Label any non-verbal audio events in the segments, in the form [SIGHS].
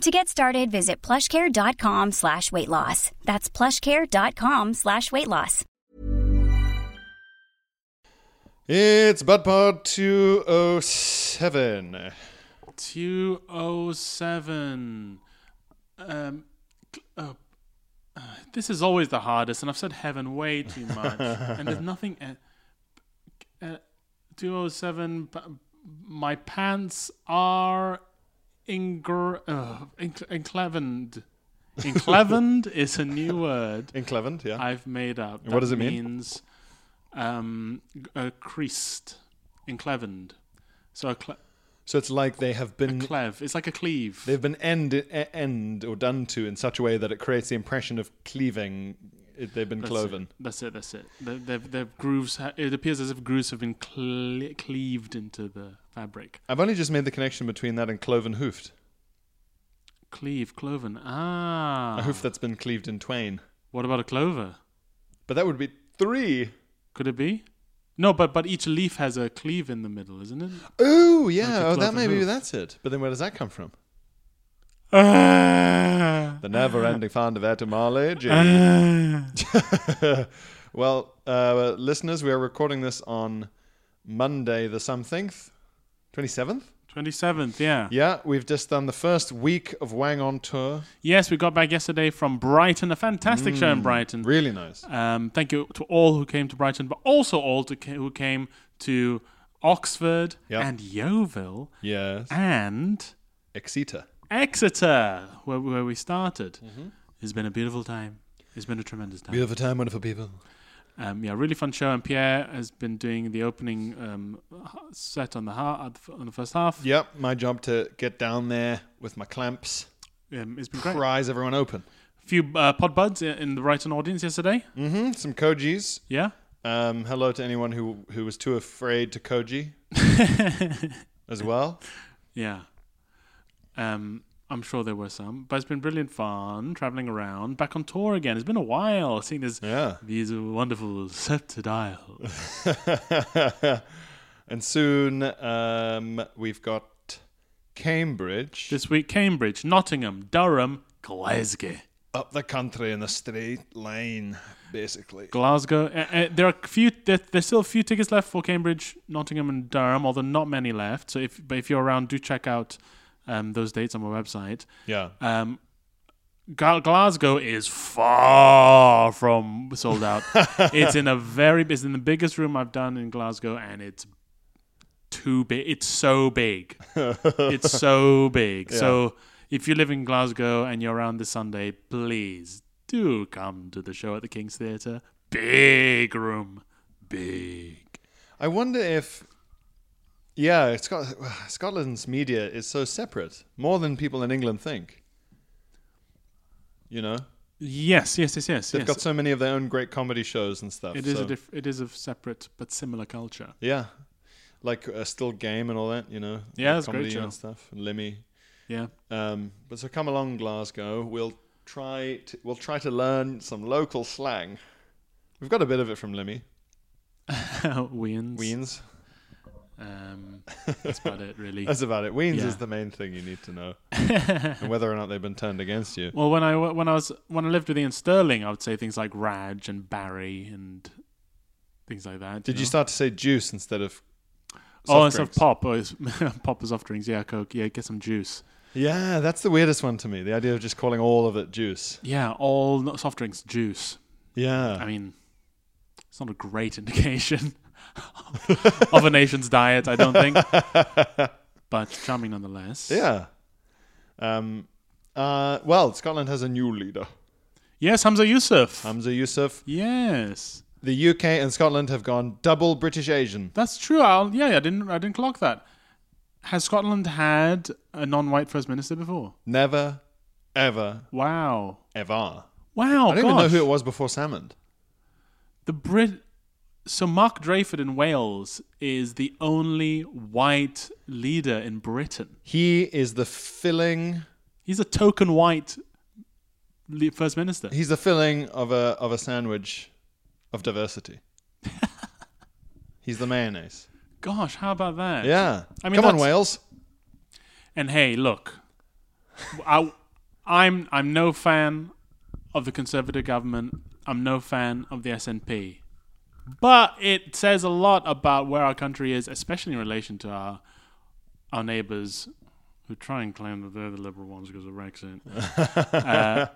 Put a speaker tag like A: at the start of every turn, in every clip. A: To get started, visit plushcare.com slash weight loss. That's plushcare.com slash weight loss.
B: It's Budpod 207.
C: 207. Um, cl- uh, uh, this is always the hardest, and I've said heaven
B: [LAUGHS]
C: way too much. and there's nothing. Uh, uh, 207. p- My pants are ingr- uh, inc- encleavened.
B: [LAUGHS]
C: Encleavened is a new word
B: In Clevent, yeah.
C: I've made up.
B: What does
C: That
B: it mean?
C: Means um, g- uh, creased, encleavened. So a cle-
B: so it's like they have been
C: clev. It's like a cleave.
B: they've been end e- end or done to in such a way that it creates the impression of cleaving. It, they've been
C: That's
B: cloven.
C: It. That's it. That's it. The, the, the grooves. Ha- it appears as if grooves have been cle- cleaved into the fabric.
B: I've only just made the connection between that and cloven hoofed,
C: Cleave, cloven.
B: a
C: Ah.
B: hoof that's been cleaved in twain.
C: What about a clover?
B: But that would be three.
C: Could it be? No, but but each leaf has a cleave in the middle, isn't it?
B: Oh yeah,
C: a
B: oh, that
C: cloven
B: maybe
C: hoof.
B: that's it. But then where does that come from?
C: Ah.
B: The never-ending fund of etymology.
C: Ah.
B: [LAUGHS] well, uh, listeners, we are recording this on Monday, the something, twenty seventh.
C: Twenty seventh. Yeah.
B: Yeah, we've just done the first week of Wang on tour.
C: Yes, we got back yesterday from Brighton. A fantastic show in Brighton.
B: Really nice.
C: Um, thank you to all who came to Brighton, but also all to, who came to Oxford
B: Yep.
C: and Yeovil
B: Yes.
C: and
B: Exeter.
C: Exeter, where, where we started. It's been a beautiful time. It's been a tremendous time.
B: Mm-hmm. Beautiful time, wonderful people.
C: Um, yeah, really fun show. And Pierre has been doing the opening um, set on the ha- on the first half.
B: Yep, my job to get down there with my clamps,
C: Um, it's been great.
B: prise everyone open.
C: few uh, pod buds i- in the Brighton audience yesterday.
B: hmm Some Kojis.
C: Yeah.
B: Um, hello to anyone who who was too afraid to [LAUGHS] Koji as well.
C: Yeah. Um, I'm sure there were some, but it's been brilliant fun traveling around, back on tour again. It's been a while seeing this,
B: Yeah.
C: these wonderful [LAUGHS] scepted isles.
B: [LAUGHS] and soon um, we've got Cambridge
C: this week, Cambridge, Nottingham, Durham, Glasgow.
B: up the country in a straight line, basically.
C: Glasgow. Uh, uh, there are a few. There, there's still a few tickets left for Cambridge, Nottingham, and Durham, although not many left. So if but if you're around, do check out um, those dates on my website.
B: Yeah.
C: Um, Ga- Glasgow is far from
B: [LAUGHS]
C: sold out. it's in a very. It's in the biggest room I've done in Glasgow, and it's too big. It's so big. it's
B: [LAUGHS]
C: so big. So if you live in Glasgow and you're around this Sunday, please do come to the show at the King's Theatre. Big room, big.
B: I wonder if, yeah, Scot- [SIGHS] Scotland's media is so separate, more than people in England think. You know,
C: Yes, yes, yes, yes.
B: they've
C: yes.
B: got so many of their own great comedy shows and stuff.
C: it is
B: so-
C: a diff- it is a separate but similar culture.
B: yeah, like uh, still game and all that. You know,
C: Yeah,
B: the
C: it's a great
B: comedy
C: show.
B: and stuff. And Lemmy, [LAUGHS]
C: Yeah. [LAUGHS]
B: um, but so come along, Glasgow. We'll try to, we'll try to learn some local slang. We've got a bit of it from Lemmy
C: Weans. [LAUGHS]
B: Weens.
C: Um,
B: [LAUGHS]
C: that's about it, really.
B: That's about it. Weens
C: Yeah.
B: is the main thing you need to
C: [LAUGHS]
B: know, and whether or not they've been turned against you.
C: Well, when I when I was when I lived with Ian Sterling, I would say things like Raj and Barry and things like that.
B: Did you
C: know?
B: start to say juice instead of?
C: Oh,
B: soft
C: instead of
B: drinks?
C: pop, or [LAUGHS] pop and soft drinks. Yeah, Coke. Yeah, get some juice.
B: Yeah, that's the weirdest one to me. The idea of just calling all of it juice.
C: Yeah, all not soft drinks, juice. I
B: Yeah,
C: mean, it's not a great [LAUGHS] indication of a nation's diet, I don't
B: [LAUGHS]
C: think. But charming nonetheless.
B: yeah. Um, uh, well, Scotland has a new leader,
C: Yes, Hamza Yusuf.
B: Hamza Yusuf.
C: yes,
B: The UK and Scotland have gone double British Asian.
C: that's true. I'll, yeah, I didn't. I didn't clock that. Has Scotland had a non-white first minister before?
B: Never, ever,
C: Wow.
B: ever.
C: Wow.
B: I don't even know
C: gosh.
B: who it was before Salmond.
C: The Brit. So Mark Drayford in Wales is the only white leader in Britain.
B: He is the filling.
C: He's a token white le- first minister.
B: He's the filling of a of a sandwich of
C: [LAUGHS]
B: diversity. He's the mayonnaise.
C: Gosh, how about that?
B: Yeah.
C: I mean,
B: Come on,
C: that's-
B: Wales.
C: And hey, look, I, I'm I'm no fan of the Conservative government. I'm no fan of the SNP. But it says a lot about where our country is, especially in relation to our our neighbours who try and claim that they're the liberal ones because of [LAUGHS] Brexit. Uh,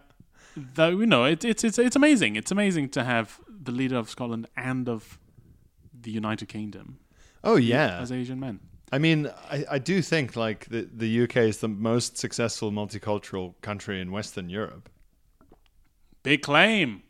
C: though you know, it, it's it's it's amazing. It's amazing to have the leader of Scotland and of the United Kingdom
B: Oh yeah.
C: as Asian men.
B: I mean, I, I do think like the, the UK is the most successful multicultural country in Western Europe.
C: Big claim.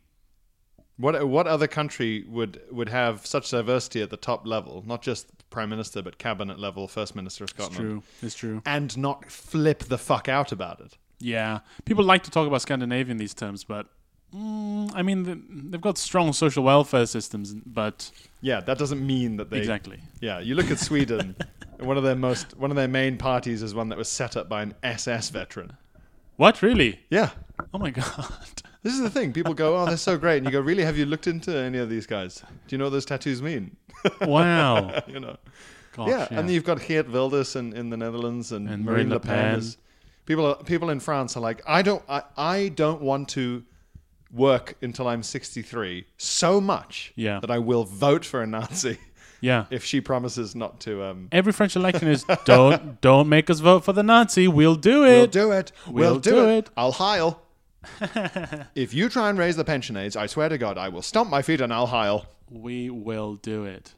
B: What what other country would would have such diversity at the top level, not just prime minister but cabinet level, first minister of Scotland,
C: True. It's true.
B: and not flip the fuck out about it?
C: Yeah, people like to talk about Scandinavia in these terms, but mm, I mean th- they've got strong social welfare systems, but
B: Yeah, that doesn't mean that they
C: exactly.
B: Yeah, you look at Sweden. one of their most one of their main parties is one that was set up by an SS veteran.
C: What really?
B: Yeah.
C: Oh my [LAUGHS] god!
B: This is the thing. People go, "Oh, they're so great," and you go, "Really? Have you looked into any of these guys? Do you know what those tattoos mean?" [LAUGHS]
C: Wow.
B: you know.
C: Gosh,
B: yeah,
C: yeah,
B: and you've got Geert Wilders in, in the Netherlands and,
C: And
B: Marine
C: Marine
B: Le
C: Le
B: Pen.
C: Pen.
B: Is, people are, people in France are like, I don't I, I don't want to work until I'm 63 so much
C: Yeah.
B: that I will vote for a Nazi [LAUGHS]
C: yeah.
B: if she promises not to. Um,
C: Every French election is don't don't make us vote for the Nazi. We'll do it.
B: we'll do it. We'll,
C: We'll
B: do,
C: do
B: it.
C: it.
B: I'll
C: [LAUGHS]
B: heil. if you try and raise the pension age, I swear to God, I will stomp my feet and I'll heil.
C: We will do it.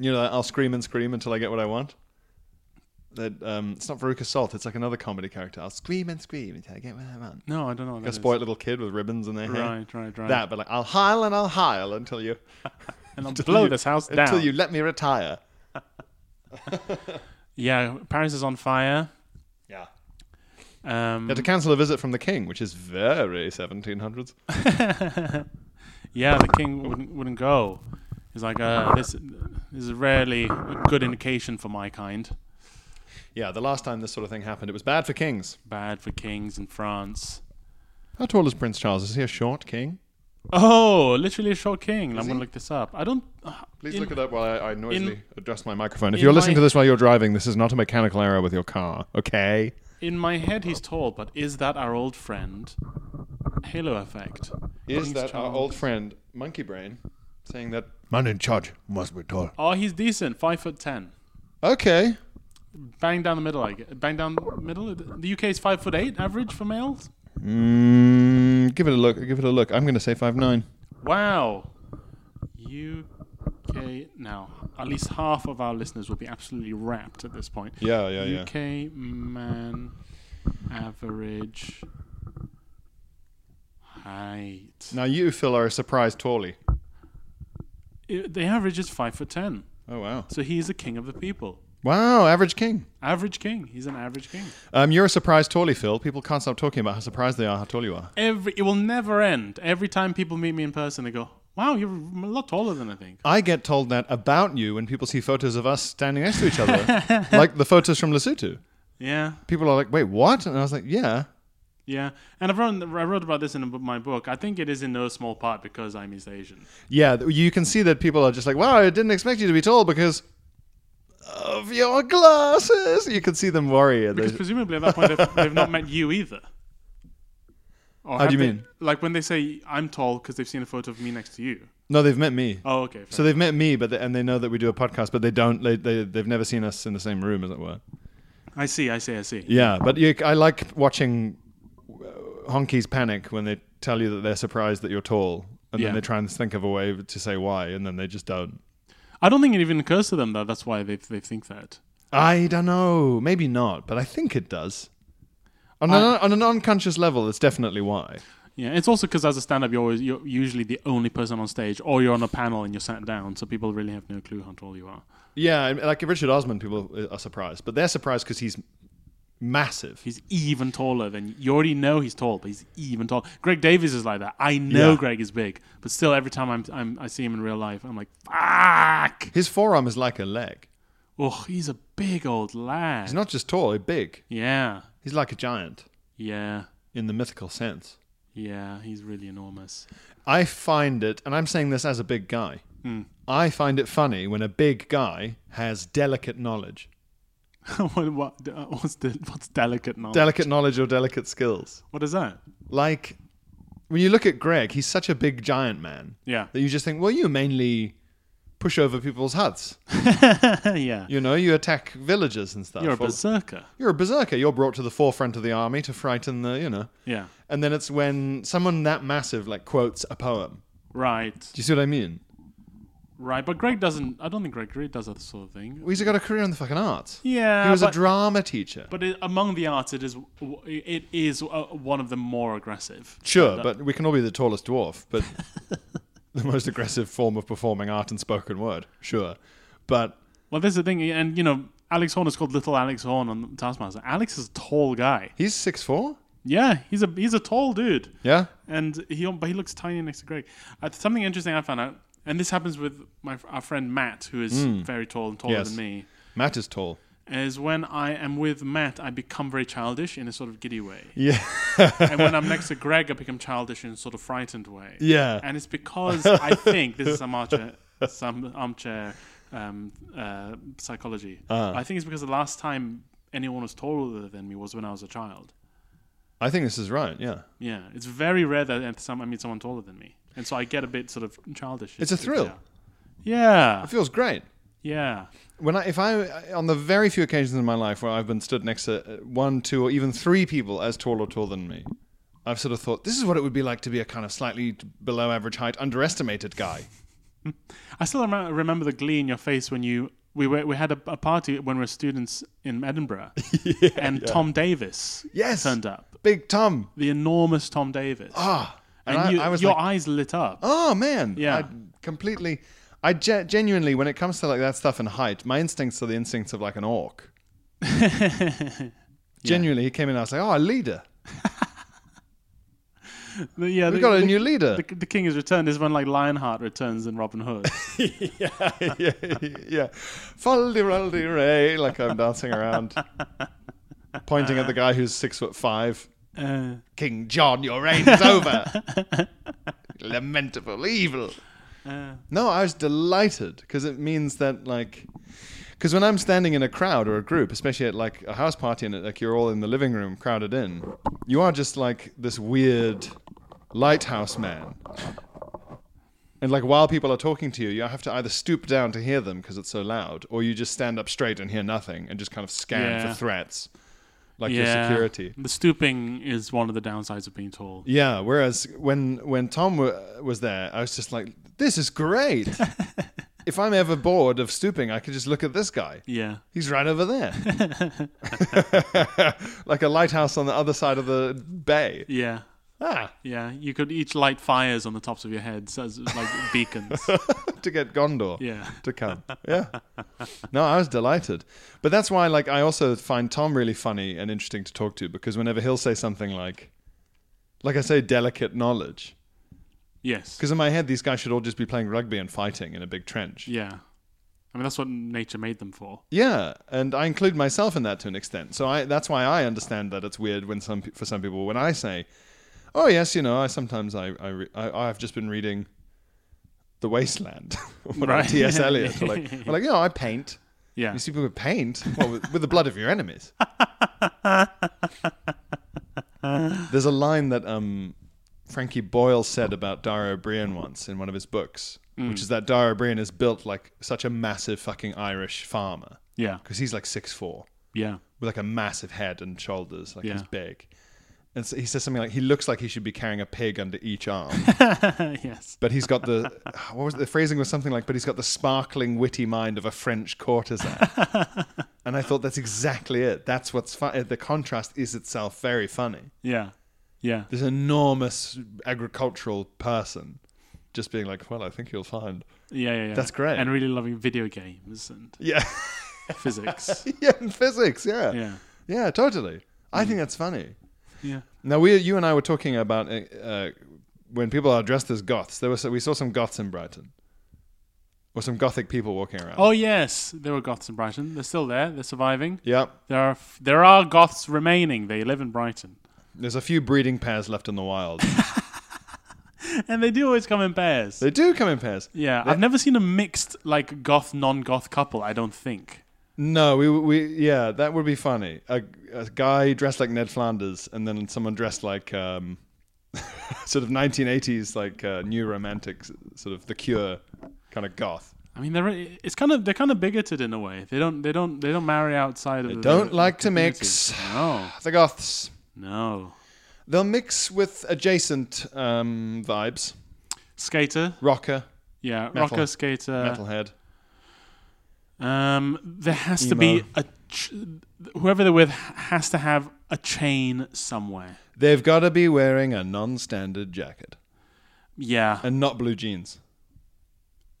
B: You know, I'll scream and scream until I get what I want. That um, it's not Veruca Salt. It's like another comedy character. I'll scream and scream until I get what I want.
C: No, I don't know. What
B: Like a
C: that is.
B: spoiled little kid with ribbons in their hair.
C: Right, right, right.
B: That, but like I'll heil and I'll heil until you
C: and I'll
B: until
C: blow
B: you-
C: this house down.
B: until you let me retire.
C: yeah, Paris is on fire.
B: Yeah.
C: Um,
B: Had to cancel a visit from the king, which is very 1700s.
C: Yeah, the king wouldn't wouldn't go. He's like, uh, this, this is rarely a good indication for my kind.
B: Yeah, the last time this sort of thing happened, it was bad for kings.
C: Bad for kings in France.
B: How tall is Prince Charles? Is he a short king?
C: Oh, literally a short king. I'm gonna look this up. I don't. Uh,
B: Please
C: in-
B: look it up while I, I noisily
C: in-
B: adjust my microphone. If
C: in
B: you're listening
C: my-
B: to this while you're driving, this is not a mechanical error with your car, okay?
C: In my head, he's tall, but is that our old friend? Halo effect.
B: Is
C: King's
B: that our
C: Charles.
B: old friend Monkey Brain saying that?
D: Man in charge must be tall.
C: Oh, he's decent. Five foot ten.
B: Okay,
C: Bang down the middle. I get. Bang down the middle. The UK is five foot eight average for males.
B: mm, give it a look. Give it a look. I'm going to say five nine.
C: Wow. UK. Now, at least half of our listeners will be absolutely wrapped at this point.
B: Yeah, yeah, yeah.
C: UK man average height.
B: Now you, Phil, are a surprise tally.
C: I- The average is five foot ten.
B: Oh wow!
C: So he is a king of the people.
B: Wow, average king.
C: Average king. He's an average king.
B: Um, you're a surprise tally, Phil. People can't stop talking about how surprised they are how tall you are.
C: Every it will never end. Every time people meet me in person, they go, "Wow, you're a lot taller than I think."
B: I get told that about you when people see photos of us standing next to each [LAUGHS] other, like the photos from Lesotho.
C: Yeah,
B: People are like, "Wait, what?" And I was like, "Yeah."
C: yeah. And I've written, I wrote about this in my book. I think it is in no small part because I'm East Asian.
B: Yeah, th- you can see that people are just like, wow, I didn't expect you to be tall because of your glasses. You can see them worry. and
C: Because
B: they-
C: presumably at that point they've, they've not met you either. Or
B: How do
C: have
B: you
C: they-
B: mean?
C: Like when they say I'm tall because they've seen a photo of me next to you.
B: No, they've met me.
C: Oh, okay. Fair.
B: So they've met me, but they, and they know that we do a podcast, but they don't. They, they they've never seen us in the same room, as it were.
C: I see. I see. I see.
B: Yeah, but you, I like watching uh, honkies panic when they tell you that they're surprised that you're tall, and
C: Yeah.
B: then they try and think of a way to say why, and then they just don't.
C: I don't think it even occurs to them that that's why they they think that.
B: I don't know. Maybe not, but I think it does. On, an, on an unconscious level, it's definitely why.
C: Yeah, it's also because as a stand-up, you're always you're usually the only person on stage, or you're on a panel and you're sat down, so people really have no clue how tall you are.
B: Yeah, and, like Richard Osman, people are surprised, but they're surprised because he's massive.
C: He's even taller than you already know he's tall, but he's even taller. Greg Davies is like that. I know
B: Yeah.
C: Greg is big, but still, every time I'm, I'm I see him in real life, I'm like, fuck!
B: His forearm is like a leg.
C: Oh, he's a big old lad.
B: He's not just tall, he's big.
C: yeah,
B: He's like a giant
C: yeah,
B: in the mythical sense.
C: yeah. He's really enormous. [LAUGHS]
B: I find it, and I'm saying this as a big guy, I find it funny when a big guy has delicate knowledge.
C: what, what, uh, what's the, what's delicate now?
B: Delicate knowledge or delicate skills.
C: what is that?
B: Like, when you look at Greg, he's such a big giant man
C: Yeah,
B: that you just think, well, you mainly push over people's huts.
C: [LAUGHS] yeah.
B: You know, you attack villages and stuff.
C: You're a
B: Or-
C: berserker.
B: you're a berserker. You're brought to the forefront of the army to frighten the, you know.
C: Yeah,
B: And then it's when someone that massive, like, quotes a poem.
C: right,
B: Do you see what I mean?
C: right. But Greg doesn't. I don't think Greg really does that sort of thing.
B: Well, he's got a career in the fucking arts.
C: Yeah,
B: He was
C: but-
B: a drama teacher.
C: But it, among the arts, it is it is uh, one of the more aggressive.
B: Sure, but we can all be the tallest dwarf,
C: [LAUGHS]
B: but the most aggressive form of performing art and spoken word, sure. But
C: Well, this is the thing, and you know, Alex Horn is called Little Alex Horn on Taskmaster. Alex is a tall guy.
B: he's six four.
C: Yeah, he's a he's a tall dude,
B: Yeah,
C: and he but he looks tiny next to Greg. Uh, something interesting I found out, and this happens with my our friend Matt, who is very tall and taller
B: Mm. Yes.
C: than me.
B: Matt is tall.
C: Is when I am with Matt, I become very childish in a sort of giddy way,
B: Yeah,
C: and when I'm
B: [LAUGHS]
C: next to Greg, I become childish in a sort of frightened way.
B: yeah.
C: and it's
B: [LAUGHS]
C: because I think this is some armchair, some armchair um, uh, psychology.
B: Uh.
C: I think it's because the last time anyone was taller than me was when I was a child.
B: I think this is right. Yeah,
C: Yeah, it's very rare that at some, I meet someone taller than me, and so I get a bit sort of childish.
B: It's a thrill.
C: Yeah,
B: it feels great.
C: yeah,
B: When I, if I, on the very few occasions in my life where I've been stood next to uh, one, two, or even three people as tall or taller than me, I've sort of thought this is what it would be like to be a kind of slightly below average height, underestimated guy.
C: I still remember, remember the glee in your face when you. We, were, we had a, a party when we were students in Edinburgh,
B: [LAUGHS]
C: and Tom Davis
B: Yes.
C: turned up.
B: Big Tom.
C: The enormous Tom Davis.
B: Ah,
C: and
B: I-
C: you,
B: I was
C: your
B: like-
C: eyes lit up.
B: Oh man,
C: Yeah.
B: I completely. I ge- genuinely, when it comes to like that stuff and height, my instincts are the instincts of like an
C: [LAUGHS]
B: orc. Genuinely, he came in. I was like, "Oh, a leader!
C: The- yeah,
B: We've
C: the,
B: got a
C: the-
B: new leader."
C: The, the king is returned is when like Lionheart returns in Robin Hood.
B: yeah, yeah, Foldy ray, like I'm dancing around, pointing at the guy who's six foot five.
C: Uh-huh. uh,
B: King John, your reign is
C: [LAUGHS]
B: over. Lamentable evil.
C: Uh.
B: no, I was delighted because it means that, like, because when I'm standing in a crowd or a group, especially at like a house party and like you're all in the living room crowded in, you are just like this weird lighthouse man. And like while people are talking to you, you have to either stoop down to hear them because it's so loud, or you just stand up straight and hear nothing and just kind of scan
C: Yeah.
B: for threats, like [LAUGHS] your
C: yeah,
B: security.
C: The stooping is one of the downsides of being tall.
B: Yeah. Whereas when when Tom w- was there, I was just like, "This is
C: [LAUGHS]
B: great." if I'm ever bored of stooping, I could just look at this guy.
C: Yeah,
B: He's right over
C: [LAUGHS]
B: there, [LAUGHS] like a lighthouse on the other side of the bay.
C: yeah,
B: Ah,
C: yeah. You could each light fires on the tops of your heads as
B: [LAUGHS]
C: like beacons.
B: Ah, to get Gondor.
C: Yeah.
B: to come. Yeah. No, I was delighted. But that's why like I also find Tom really funny and interesting to talk to because whenever he'll say something like like I say delicate knowledge [LAUGHS]
C: Yes.
B: because in my head these guys should all just be playing rugby and fighting in a big trench.
C: Yeah. I mean that's what nature made them for.
B: Yeah, and I include myself in that to an extent. So I that's why I understand that it's weird when some pe- for some people when I say, "Oh yes, you know, I sometimes I I, re- I I've just been reading The Wasteland [LAUGHS] or
C: Right.
B: T.S. Eliot or like or like you know, I paint.
C: Yeah.
B: You see people with paint, well, with, with the blood of your
C: [LAUGHS]
B: enemies. There's a line that um, Frankie Boyle said about Dara O'Brien once in one of his books, which
C: Mm.
B: is that Dara O'Brien is built like such a massive fucking Irish farmer
C: Yeah.
B: because he's like six four [LAUGHS]
C: Yeah. [LAUGHS]
B: with like a massive head and shoulders, like he's
C: Yeah.
B: big. And so he says something like he looks like he should be carrying a pig under each arm,
C: yes.
B: but he's got the [SIGHS] what was it? the phrasing was something like, but he's got the sparkling witty mind of a French courtesan. and I thought that's exactly it. That's what's fun. The contrast is itself very funny.
C: Yeah. Yeah.
B: This enormous agricultural person just being like, well, I think you'll find, [LAUGHS]
C: Yeah. Yeah. yeah.
B: That's great. [LAUGHS]
C: And really loving video games and
B: yeah,
C: physics.
B: yeah, in physics, yeah.
C: Yeah.
B: Yeah, totally. I think that's funny.
C: Yeah.
B: Now we, you and I were talking about uh, uh, when people are dressed as goths. There was we saw some goths in Brighton, or some gothic people walking around.
C: Oh yes, there were Goths in Brighton. They're still there. They're surviving.
B: yeah.
C: There are f- there are Goths remaining. They live in Brighton, [LAUGHS]
B: There's a few breeding pairs left in the wild.
C: and they do always come in pairs.
B: they do come in pairs.
C: yeah, I've never seen a mixed like Goth non-Goth couple. I don't think.
B: No, we we yeah, that would be funny. A, a guy dressed like Ned Flanders, and then someone dressed like um, [LAUGHS] sort of 1980s like uh, new romantic, sort of The Cure, kind of goth.
C: I mean, they're it's kind of they're kind of bigoted in a way. They don't they don't they don't marry outside of. They
B: Don't like to mix
C: No,
B: the goths.
C: no.
B: They'll mix with adjacent um, vibes,
C: Skater,
B: rocker,
C: yeah,
B: Metal.
C: rocker skater.
B: metalhead.
C: Um, there has to
B: Emo.
C: be a ch- whoever they're with has to have a chain somewhere.
B: They've got to be wearing a non-standard jacket
C: Yeah,
B: and not blue jeans.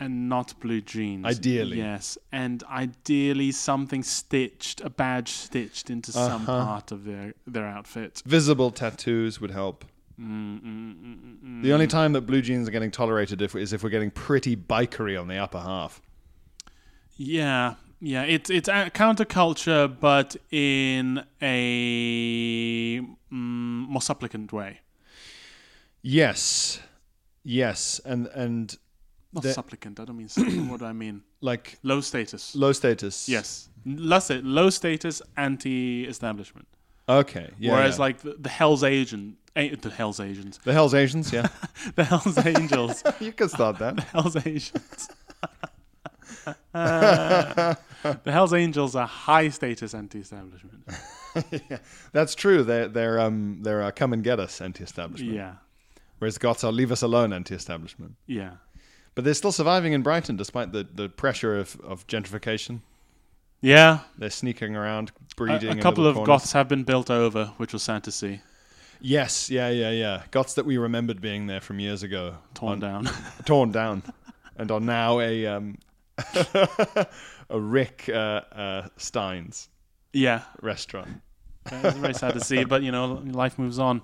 C: and not blue jeans.
B: Ideally.
C: Yes, and ideally something stitched, a badge stitched into some
B: Uh-huh.
C: part of their their outfit.
B: Visible tattoos would help. The only time that blue jeans are getting tolerated if, is if we're getting pretty bikery on the upper half.
C: Yeah. Yeah, it's it's a counterculture, but in a mm, more supplicant way.
B: Yes, yes, and and
C: Not
B: The-
C: supplicant. I don't
B: [CLEARS THROAT]
C: mean. supplicant, what do I mean?
B: like
C: Low status.
B: low status.
C: Yes, low, sta- low status anti-establishment.
B: Okay. Yeah,
C: Whereas
B: yeah.
C: like the, the Hell's Agent, a, the Hell's Agents, [LAUGHS]
B: the Hell's Asians, yeah,
C: the Hell's
B: [LAUGHS]
C: Angels,
B: you could start that.
C: Hell's Agents. [LAUGHS] the Hell's Angels are high status anti-establishment.
B: That's true. They're they're um they're uh, come and get us anti-establishment.
C: Yeah,
B: Whereas the Goths are leave us alone anti-establishment.
C: yeah.
B: But they're still surviving in Brighton despite the, the pressure of, of gentrification.
C: Yeah,
B: They're sneaking around,
C: a,
B: breeding.
C: a
B: in
C: couple of
B: little corners.
C: goths have been built over, which was sad to see,
B: Yes, yeah, yeah, yeah. Goths that we remembered being there from years ago,
C: torn down. [LAUGHS]
B: torn down, and are now a um, [LAUGHS] a Rick uh, uh, Steins
C: yeah,
B: restaurant.
C: it was very sad to see, but you know, life moves on.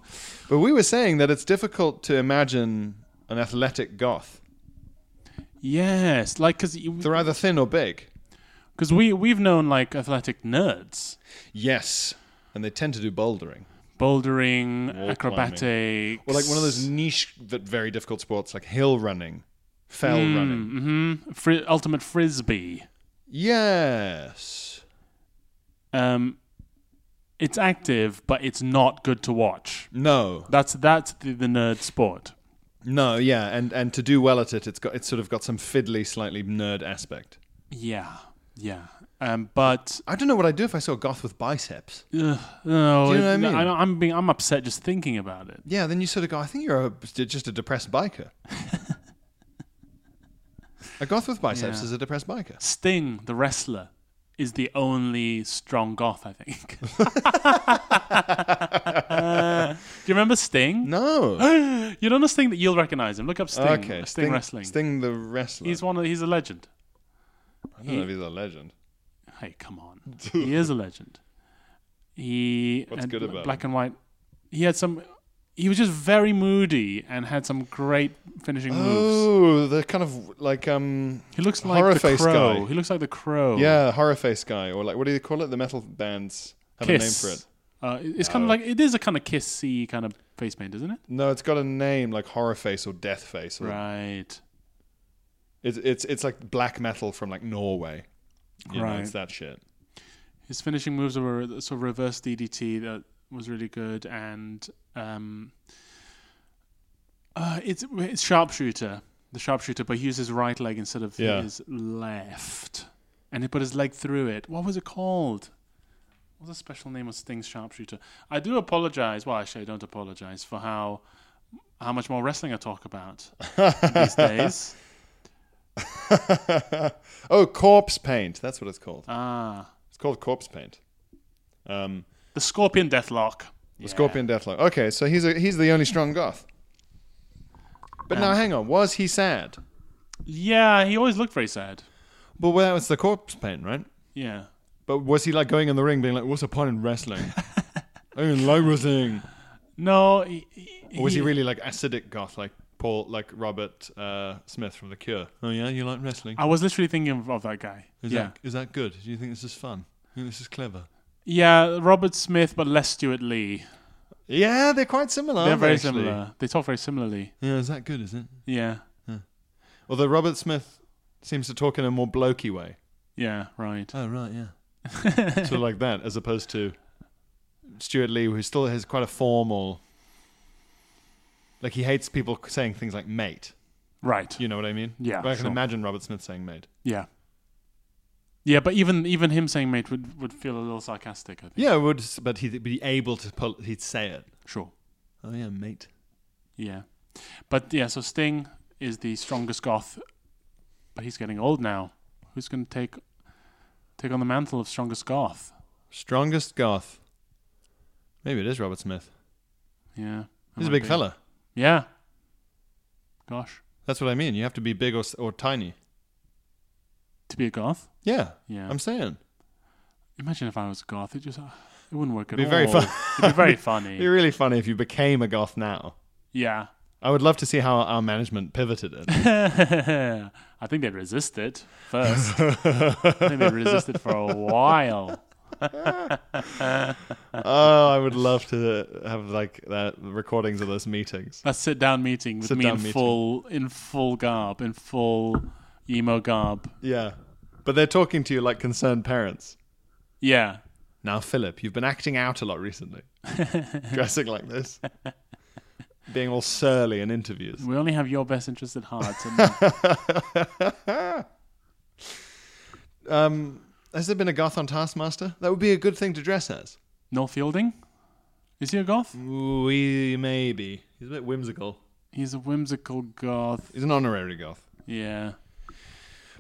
B: But we were saying that it's difficult to imagine an athletic Goth.
C: Yes, like because
B: They're either thin or big.
C: because we we've known like athletic nerds.
B: Yes, and they tend to do bouldering.
C: bouldering,
B: Wall
C: acrobatics.
B: Or like one of those niche but very difficult sports like hill running, fell
C: Hmm.
B: running.
C: mm, Mm-hmm. Fri- ultimate frisbee.
B: Yes.
C: Um, it's active, but it's not good to watch.
B: No.
C: That's that's the, the nerd sport.
B: No, yeah, and and to do well at it, it's got it's sort of got some fiddly, slightly nerd aspect.
C: Yeah, yeah. Um, but
B: I don't know what I'd do if I saw a goth with biceps.
C: ugh, no,
B: Do you know
C: it-
B: what I mean?
C: I, am being I'm upset just thinking about it.
B: Yeah, then you sort of go, I think you're a, just a depressed biker. a goth with biceps
C: Yeah.
B: is a depressed biker.
C: Sting, the wrestler, is the only strong goth. I think. [LAUGHS] Do you remember Sting?
B: No. [GASPS]
C: You don't know Sting that you'll recognize him. Look up Sting. Sting, wrestling.
B: Sting the wrestler.
C: He's one. Of, he's a legend.
B: I don't know if he's a legend.
C: Hey,
B: [LAUGHS]
C: come on. he is a legend. He
B: What's
C: and
B: good
C: bl-
B: about
C: black and white. He had some. He was just very moody and had some great finishing
B: Oh,
C: moves.
B: the kind of like um
C: He looks like
B: horror
C: the
B: face
C: crow.
B: guy.
C: He looks like the crow.
B: yeah, horror face guy or like what do you call it? The metal bands have a name
C: kiss.
B: for it.
C: Uh, it- it's kind of like it is a kind of kissy kind of face paint, isn't it?
B: No, it's got a name like horror face or death face. Or
C: Right.
B: It's it's it's like black metal from like Norway. You know,
C: Right.
B: it's that shit. [LAUGHS]
C: His finishing moves were a sort of reverse DDT that was really good, and um, uh, it's, it's sharpshooter, the sharpshooter, but he used his right leg instead of
B: Yeah.
C: his left, and he put his leg through it. What was it called? What's the special name of Sting's sharpshooter? I do apologize. Well, actually, I don't apologize for how how much more wrestling I talk about these days.
B: oh, corpse paint. That's what it's called.
C: Ah,
B: It's called corpse paint. Um,
C: the Scorpion Deathlock.
B: the Scorpion Deathlock. Okay, so he's a, he's the only strong goth. But now, hang on. Was he sad?
C: Yeah, he always looked very sad.
B: Well, well, that was the corpse paint, right?
C: Yeah.
B: But was he like going in the ring being like, what's the point in wrestling?
C: [LAUGHS]
B: I don't even like wrestling.
C: No, he, he-
B: Or was he really like acidic goth, like Paul, like Robert uh, Smith from The Cure? Oh yeah, you like wrestling?
C: I was literally thinking of, of that guy.
B: Is
C: yeah,
B: that is that good? Do you think this is fun? Do you think this is clever?
C: yeah, Robert Smith, but less Stuart Lee.
B: Yeah, they're quite similar.
C: They're
B: aren't they,
C: very
B: Oh, actually?
C: similar. They talk very similarly.
B: Yeah, is that good? Is it?
C: Yeah,
B: Although Robert Smith seems to talk in a more blokey way.
C: yeah, right.
B: Oh right, yeah. [LAUGHS] sort of like that, as opposed to Stuart Lee, who still has quite a formal. Like he hates people saying things like "mate."
C: right.
B: You know what I mean?
C: Yeah,
B: But I can
C: sure.
B: imagine Robert Smith saying "mate."
C: Yeah. Yeah, but even even him saying mate would, would feel a little sarcastic, I think.
B: Yeah, it would but he'd be able to pull. He'd say it.
C: Sure.
B: Oh yeah, mate.
C: Yeah. But yeah, so Sting is the strongest goth, but he's getting old now. Who's going to take take on the mantle of strongest goth?
B: Strongest goth. Maybe it is Robert Smith.
C: Yeah. that
B: He's a
C: might
B: big
C: be.
B: fella.
C: Yeah. Gosh,
B: That's what I mean. You have to be big or s- or tiny.
C: to be a goth?
B: Yeah.
C: Yeah.
B: I'm saying.
C: Imagine if I was a goth, it just uh, it wouldn't work at
B: Be
C: all.
B: very fun-
C: It'd
B: [LAUGHS]
C: be very
B: It'd be
C: funny.
B: really funny if you became a goth now.
C: yeah. [LAUGHS]
B: I would love to see how our management pivoted it.
C: I think they'd resist it first. I think they'd resist it for a while.
B: oh, I would love to have like that recordings of those meetings.
C: That sit down meeting with me in
B: Sit-down meeting.
C: full in full garb, in full emo garb.
B: Yeah. But they're talking to you like concerned parents.
C: Yeah.
B: Now, Philip, you've been acting out a lot recently, dressing like this, being all surly in interviews.
C: We only have your best interest at heart.
B: [LAUGHS]
C: And
B: Um, has there been a goth on Taskmaster? That would be a good thing to dress as.
C: Noel Fielding? Is he a goth?
B: We e, maybe. He's a bit whimsical.
C: He's a whimsical goth.
B: He's an honorary goth.
C: Yeah.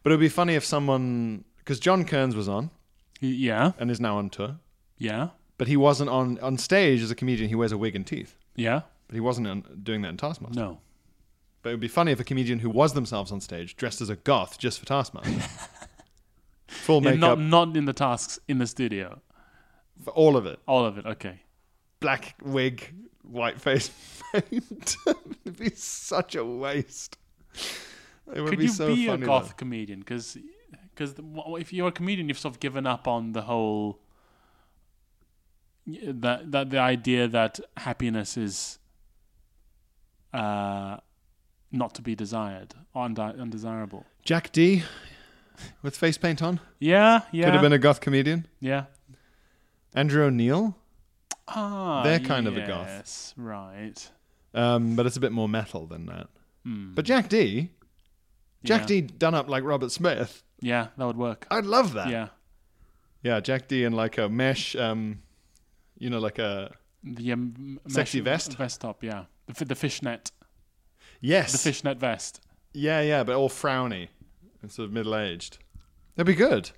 B: But it would be funny if someone, because John Kearns was on
C: He- yeah.
B: and is now on tour,
C: Yeah.
B: but he wasn't on on stage as a comedian. He wears a wig and teeth,
C: Yeah.
B: but he wasn't on, doing that in Taskmaster.
C: No.
B: But it would be funny if a comedian who was themselves on stage dressed as a goth just for
C: [LAUGHS]
B: Taskmaster, full
C: Yeah,
B: makeup,
C: not not in the tasks in the studio.
B: for all of it,
C: All of it. Okay.
B: black wig, white face paint. [LAUGHS] It'd be such a waste. It would
C: Could
B: be
C: you
B: so
C: be
B: funny. though.
C: a goth comedian? Because if you're a comedian, you've sort of given up on the whole y- that that the idea that happiness is uh, not to be desired, und- undesirable.
B: Jack D with face paint on
C: Yeah, yeah,
B: could have been a goth comedian.
C: yeah.
B: Andrew O'Neill,
C: Ah,
B: They're kind of a goth.
C: yes, right.
B: um, but it's a bit more metal than that.
C: Hmm.
B: But Jack D, Jack
C: yeah.
B: D done up like Robert Smith.
C: Yeah, that would work.
B: I'd love that.
C: Yeah,
B: Yeah, Jack D in like a mesh, um, you know, like a
C: the um,
B: Sexy
C: mesh-
B: vest?
C: vest top. Yeah, the, fi- the fishnet,
B: yes,
C: the fishnet vest.
B: yeah, yeah, but all frowny and sort of middle aged. That'd be good.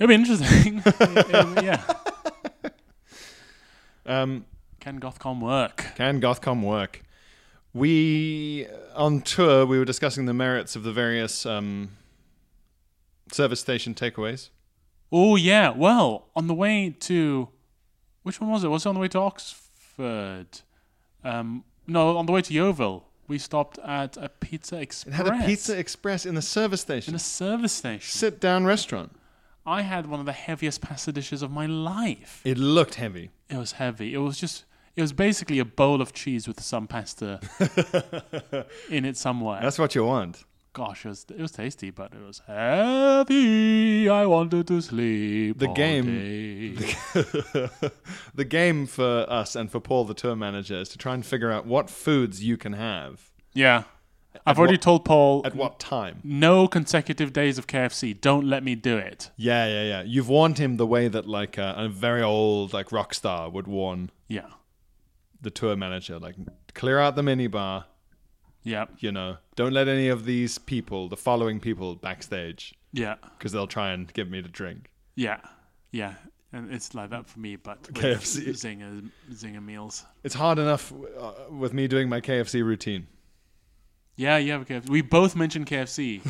C: It'd
B: [LAUGHS]
C: be interesting. Um, yeah.
B: Um,
C: Can Gothcon work?
B: Can Gothcom work? We on tour we were discussing the merits of the various um, service station takeaways.
C: Oh yeah. Well, on the way to which one was it? Was it on the way to Oxford? Um, no, on the way to Yeovil, we stopped at a Pizza
B: It
C: Express.
B: had a Pizza Express in the service station,
C: in a service station.
B: sit down restaurant.
C: I had one of the heaviest pasta dishes of my life.
B: It looked heavy.
C: It was heavy. It was just. It was basically a bowl of cheese with some
B: [LAUGHS]
C: pasta in it somewhere.
B: That's what you want.
C: Gosh, it was, it was tasty, but it was heavy. I wanted to sleep.
B: The
C: all
B: game-
C: day.
B: [LAUGHS] The game for us and for Paul, the tour manager, is to try and figure out what foods you can have
C: Yeah. I've already
B: what-
C: told Paul
B: at what time.
C: no consecutive days of KFC. Don't let me do it.
B: Yeah, yeah, yeah. You've warned him the way that like uh, a, a very old like rock star would warn
C: Yeah.
B: the tour manager, like clear out the minibar.
C: Yeah.
B: You know, don't let any of these people, the following people, backstage
C: Yeah.
B: because they'll try and give me the drink.
C: Yeah. Yeah. And it's like that for me, but with
B: KFC.
C: Zinger, Zinger meals.
B: It's hard enough uh, with me doing my KFC routine.
C: Yeah, yeah,
B: [LAUGHS]
C: KFC. We both mentioned KFC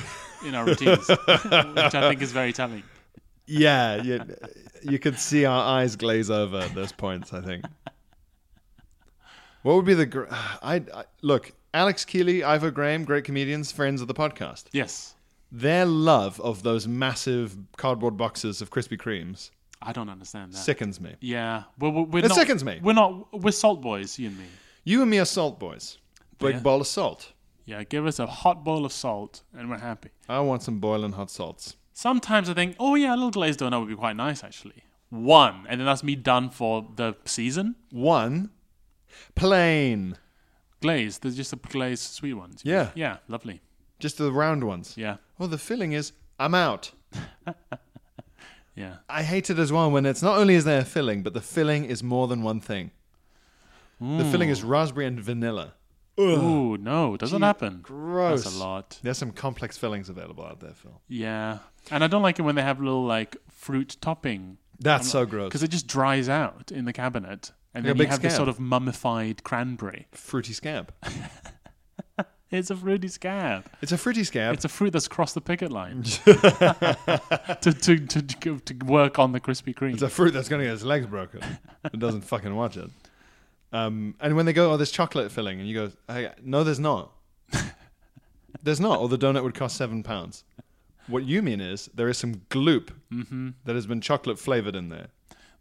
C: in our routines, which I think is very telling.
B: yeah, you, you could see our eyes glaze over at those points. I think. What would be the gr- I, I look Alex Keeley, Ivor Graham, great comedians, friends of the podcast.
C: Yes.
B: Their love of those massive cardboard boxes of Krispy Kremes
C: I don't understand that.
B: sickens me.
C: Yeah. Well, we're, we're
B: It
C: not,
B: sickens me.
C: We're not. We're salt boys, you and me.
B: You and me are salt boys. Big
C: Yeah.
B: bowl of salt.
C: Yeah. Give us a hot bowl of salt, and we're happy.
B: I want some boiling hot salts.
C: Sometimes I think, oh yeah, a little glazed donut would be quite nice, actually. One, and then that's me done for the season.
B: One, plain,
C: Glazed. There's just a glazed sweet ones.
B: Yeah.
C: Yeah. Lovely.
B: just the round ones.
C: Yeah.
B: Well, the filling is I'm out.
C: Yeah.
B: I hate it as well when it's not only is there a filling, but the filling is more than one thing. The filling is raspberry and vanilla.
C: Ooh, no, doesn't happen.
B: gross.
C: That's a lot.
B: There's some complex fillings available out there, Phil.
C: Yeah, and I don't like it when they have little like fruit topping
B: That's so gross.
C: because it just dries out in the cabinet, and
B: Like a
C: then you
B: big
C: have this
B: scab.
C: sort of mummified cranberry.
B: Fruity scab.
C: It's a fruity scab.
B: It's a fruity scab.
C: It's a fruit that's crossed the
B: [LAUGHS]
C: picket line [LAUGHS] to, to, to, to go- to work on the Krispy Kreme.
B: It's a fruit that's going to get its legs broken. it doesn't fucking watch it. Um, and when they go, oh, there's chocolate filling, and you go, hey, no, there's not. there's not, or the donut would cost seven pounds. What you mean is there is some gloop that has been chocolate flavored in there.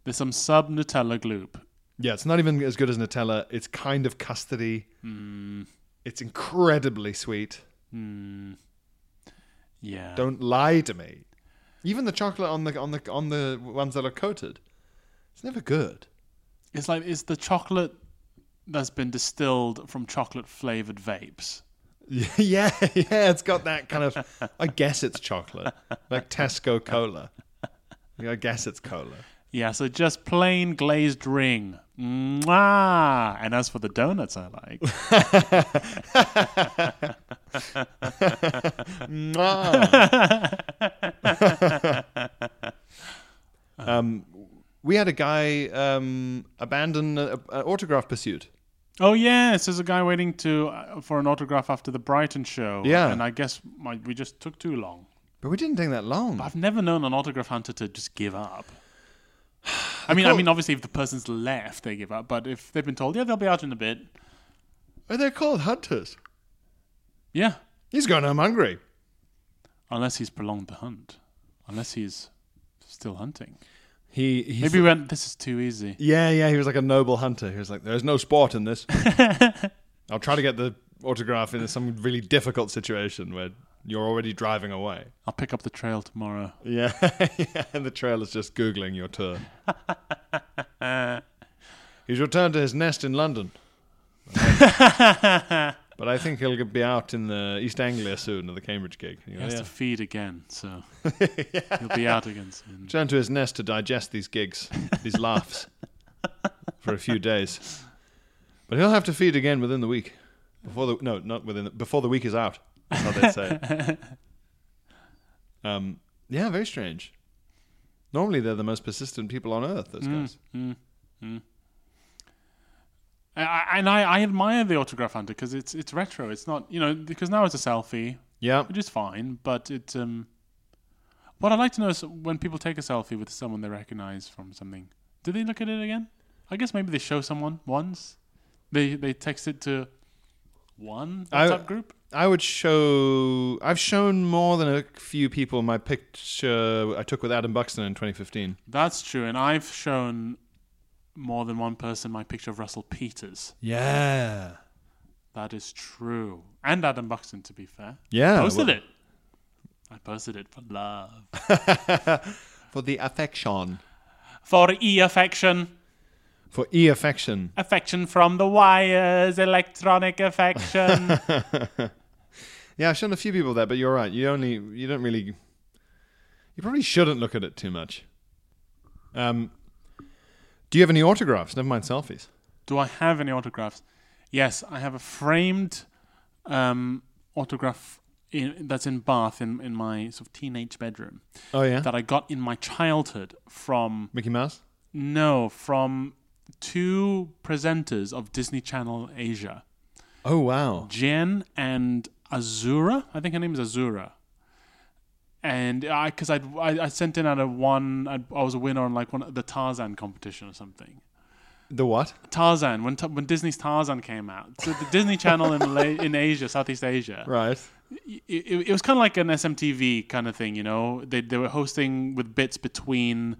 C: There's some sub Nutella gloop.
B: Yeah, it's not even as good as Nutella. It's kind of custardy. Hmm. It's incredibly sweet.
C: Yeah,
B: Don't lie to me. Even the chocolate on the on the on the ones that are coated, it's never [LAUGHS] good.
C: it's like it's the chocolate that's been distilled from chocolate flavored vapes.
B: yeah, yeah, it's got that kind of. I guess it's chocolate, like Tesco cola. I guess it's cola.
C: Yeah, so just plain glazed ring. Mwah! And as for the donuts I like,
B: [LAUGHS] We had a guy um, abandon an autograph pursuit.
C: Oh yes, there's a guy waiting to uh, for an autograph after the Brighton show.
B: Yeah.
C: and I guess my, we just took too long.
B: But we didn't take that long.
C: I've never known an autograph hunter to just give up. I mean, I
B: call-
C: mean, obviously, if the person's left, they give up. But if they've been told, yeah, they'll be out in a bit.
B: Are they Oh, called hunters?
C: Yeah,
B: He's going home hungry.
C: unless he's prolonged the hunt, unless he's still hunting.
B: He, he
C: Maybe we went. This is too easy.
B: Yeah, yeah, he was like a noble hunter. He was like, "There's no sport in
C: [LAUGHS]
B: this." I'll try to get the autograph in some really difficult situation where you're already driving away.
C: I'll pick up the trail tomorrow.
B: Yeah, [LAUGHS] yeah. And the trail is just googling your tour.
C: [LAUGHS]
B: He's returned to his nest in
C: [LAUGHS]
B: London, but I think he'll be out in the East Anglia soon at the Cambridge gig. You
C: He
B: know,
C: has to feed again, so he'll be out again soon.
B: Return to his nest to digest these gigs, these laughs, for a few days. But he'll have to feed again within the week. Before the no, not within the, before the week is out. That's how they say. it. um, yeah, very strange. Normally, they're the most persistent people on earth. Those guys.
C: I- I, and I, I admire the autograph hunter because it's it's retro. It's not you know because now it's a selfie,
B: Yeah,
C: which is fine. But it um, what I like to know is when people take a selfie with someone they recognize from something, do they look at it again? I guess maybe they show someone once. They they text it to one
B: I-
C: WhatsApp group.
B: I would show. I've shown more than a few people my picture I took with Adam Buxton in 2015.
C: That's true, and I've shown more than one person my picture of Russell Peters.
B: Yeah.
C: That is true, and Adam Buxton. To be fair,
B: Yeah.
C: posted
B: Oh, well-
C: it. I posted it for love.
B: for the affection.
C: for e affection.
B: For e affection.
C: Affection from the wires, electronic affection.
B: Yeah, I've shown a few people that, but you're right. You only you don't really you probably shouldn't look at it too much. Um Do you have any autographs? Never mind selfies.
C: Do I have any autographs? Yes, I have a framed um, autograph in, that's in Bath in, in my sort of teenage bedroom
B: Oh yeah.
C: that I got in my childhood from,
B: Mickey Mouse?
C: no, from two presenters of Disney Channel Asia.
B: Oh wow.
C: Jen and Azura. I think her name is Azura. and I because I I sent in at a one I'd, I was a winner on like one of the Tarzan competition or something.
B: The what?
C: Tarzan when Ta- when Disney's Tarzan came out, so the Disney Channel in Malay- in Asia, Southeast Asia,
B: Right.
C: it, it, it was kind of like an SMTV kind of thing, you know. They they were hosting with bits between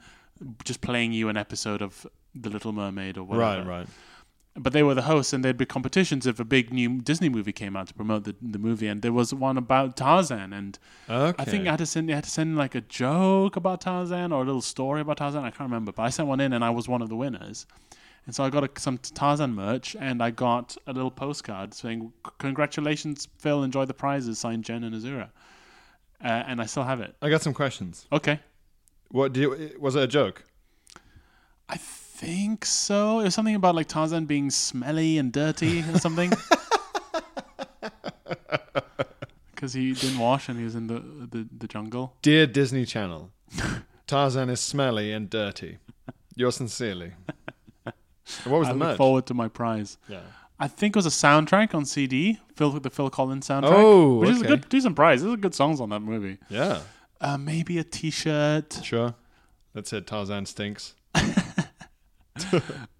C: just playing you an episode of The Little Mermaid or whatever.
B: Right, right.
C: But they were the hosts, and there'd be competitions if a big new Disney movie came out to promote the, the movie. And there was one about Tarzan, and
B: Okay.
C: I think I had to send I had to send like a joke about Tarzan or a little story about Tarzan. I can't remember, but I sent one in, and I was one of the winners. And so I got a, some Tarzan merch, and I got a little postcard saying, "Congratulations, Phil! Enjoy the prizes." Signed Jen and Azura, uh, and I still have it.
B: I got some questions.
C: Okay,
B: What do you, was it a joke?
C: I think so. It was something about like Tarzan being smelly and dirty or
B: [LAUGHS]
C: something. Because he didn't wash and he was in the the, the jungle.
B: Dear Disney Channel,
C: [LAUGHS]
B: Tarzan is smelly and dirty. Yours sincerely. And what was
C: I
B: the
C: look
B: merch?
C: forward to my prize.
B: Yeah.
C: I think it was a soundtrack on CD, Phil, the Phil Collins soundtrack.
B: Oh,
C: which is a
B: okay.
C: good, decent prize. There's good songs on that movie.
B: Yeah.
C: Uh, maybe a T-shirt.
B: Sure. That said, Tarzan stinks.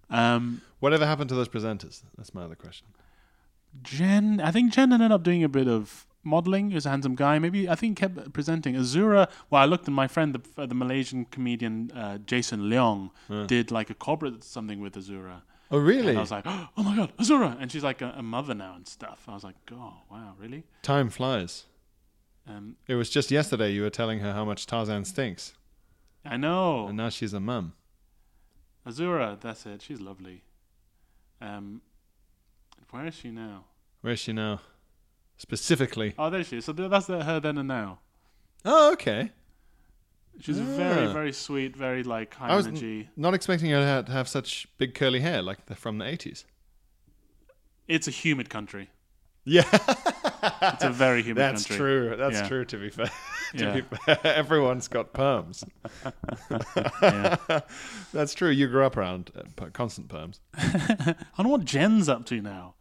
C: Um,
B: Whatever happened to those presenters? That's my other question.
C: Jen, I think Jen ended up doing a bit of modeling. He was a handsome guy. Maybe I think he kept presenting. Azura. Well, I looked at my friend, the, the Malaysian comedian uh, Jason Leong, did like a corporate something with Azura.
B: Oh, really?
C: And I was like, oh my god, Azura! And she's like a, a mother now and stuff. I was like, oh wow, really?
B: Time flies.
C: Um,
B: It was just yesterday you were telling her how much Tarzan stinks,
C: I know.
B: and now she's a mum.
C: Azura, that's it. She's lovely. Um, where is she now?
B: Where is she now? Specifically.
C: Oh, there she is. So th- that's the, her then and now.
B: Oh, okay.
C: She's very,
B: Ah.
C: very sweet, very like high
B: I was
C: energy.
B: not expecting her to ha- to have such big curly hair like the, from the 80s.
C: It's a humid country.
B: Yeah,
C: It's a very humid
B: that's
C: country.
B: true. That's
C: Yeah.
B: true, to be fair. [LAUGHS] to
C: Yeah.
B: be fair. [LAUGHS] Everyone's got perms.
C: [LAUGHS] Yeah.
B: [LAUGHS] That's true. You grew up around uh, per- constant perms.
C: I don't know what Jen's up to now.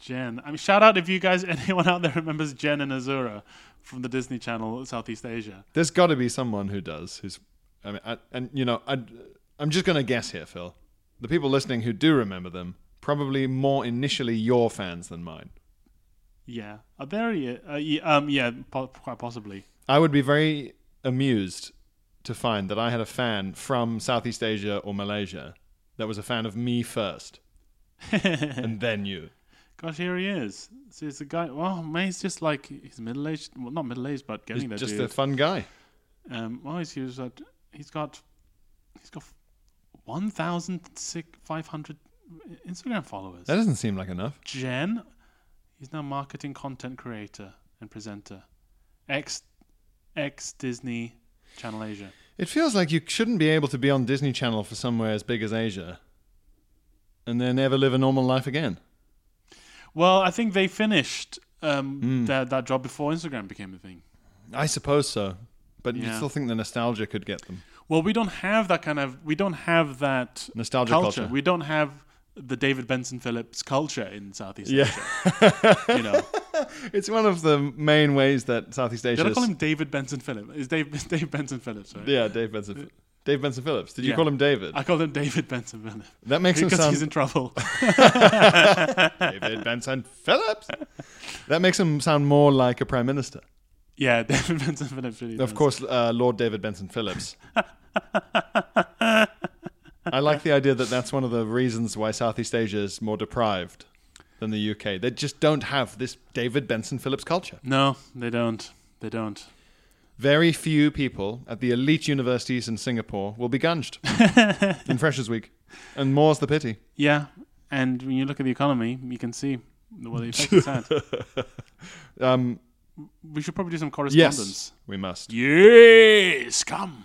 C: Jen. I mean, shout out if you guys, [LAUGHS] anyone out there remembers Jen and Azura from the Disney Channel Southeast Asia.
B: There's got to be someone who does. Who's, I mean, I, and you know, I, I'm just going to guess here, Phil. The people listening who do remember them probably more initially your fans than mine.
C: Yeah. Are there? ye- Uh, ye- um, yeah, po- quite possibly. [LAUGHS]
B: I would be very amused to find that I had a fan from Southeast Asia or Malaysia that was a fan of me first, and then you.
C: Gosh, here he is. See, it's a guy. Well, man, he's just like he's middle aged. Well, not middle aged, but getting there.
B: Just
C: dude.
B: a fun guy.
C: um, well, he's, he's got he's got he's got one thousand five hundred Instagram followers.
B: That doesn't seem like enough.
C: Jen, he's now marketing content creator and presenter, ex ex Disney Channel Asia.
B: It feels like you shouldn't be able to be on Disney Channel for somewhere as big as Asia, and then never live a normal life again.
C: Well, I think they finished um,
B: Hmm.
C: that that job before Instagram became a thing.
B: I suppose so, but you
C: Yeah.
B: still think the nostalgia could get them.
C: Well, we don't have that kind of we don't have that
B: Nostalgia culture.
C: We don't have the David Benson Phillips culture in Southeast
B: Yeah.
C: Asia. You know,
B: [LAUGHS] It's one of the main ways that Southeast Asia.
C: did I call
B: is-
C: him David Benson Phillips? Is Dave [LAUGHS] is Dave Benson Phillips?
B: [LAUGHS]
C: Right?
B: Yeah, Dave Benson. Dave Benson Phillips. Did you
C: Yeah.
B: call him David?
C: I called him David Benson Phillips
B: that makes him
C: because
B: sound
C: he's in trouble. [LAUGHS]
B: David Benson Phillips. That makes him sound more like a prime minister.
C: yeah, David Benson Phillips. Really
B: Of
C: does.
B: course, uh, Lord David Benson Phillips. I like the idea that that's one of the reasons why Southeast Asia is more deprived than the UK. They just don't have this David Benson Phillips culture.
C: No, they don't. They don't.
B: Very few people at the elite universities in Singapore will be gunged in Freshers Week, and more's the pity.
C: Yeah, and when you look at the economy, you can see what the effect it's had.
B: [LAUGHS] Um,
C: We should probably do some
B: yes,
C: correspondence.
B: we must.
C: yes come.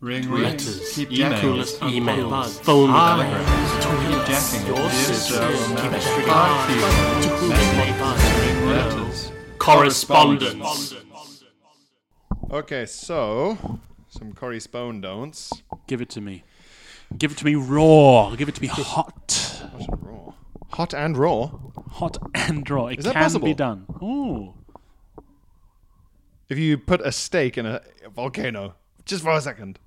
B: Ring
E: Letters,
B: Keep emails.
E: emails, emails,
C: unplugged.
E: phone
C: Ah,
E: calls,
B: Keep jacking.
E: your sister,
B: uh,
E: keep it
B: Keep
E: apart, to whom it may
B: Ring
E: bind.
B: letters.
E: correspondence.
B: Okay, so some correspondence.
C: Give it to me. Give it to me raw. Give it to me hot.
B: Hot and raw. Hot and raw.
C: Hot and raw. It
B: Is that
C: can
B: possible?
C: be done. Ooh.
B: If you put a steak in a volcano, just for a second.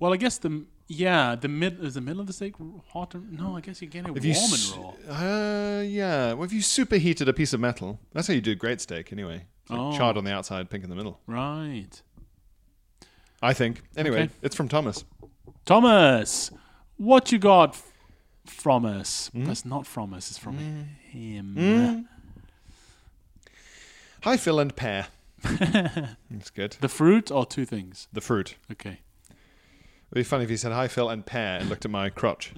C: Well, I guess the yeah the mid is the middle of the steak hot. And, no, I guess you get it
B: If
C: warm
B: you
C: and
B: s-
C: raw.
B: Uh, yeah. Well, if you superheated a piece of metal, that's how you do great steak, anyway. It's like
C: Oh.
B: Charred on the outside, pink in the middle.
C: Right,
B: I think. Anyway,
C: Okay.
B: it's from Thomas.
C: Thomas. What you got f- from us?
B: Hmm?
C: That's not from us. It's from him.
B: Hi, Phil and pear.
C: [LAUGHS]
B: that's good.
C: The fruit or two things?
B: The fruit.
C: Okay.
B: It'd be funny if you said hi, Phil and pear and looked at my
C: [LAUGHS]
B: crotch.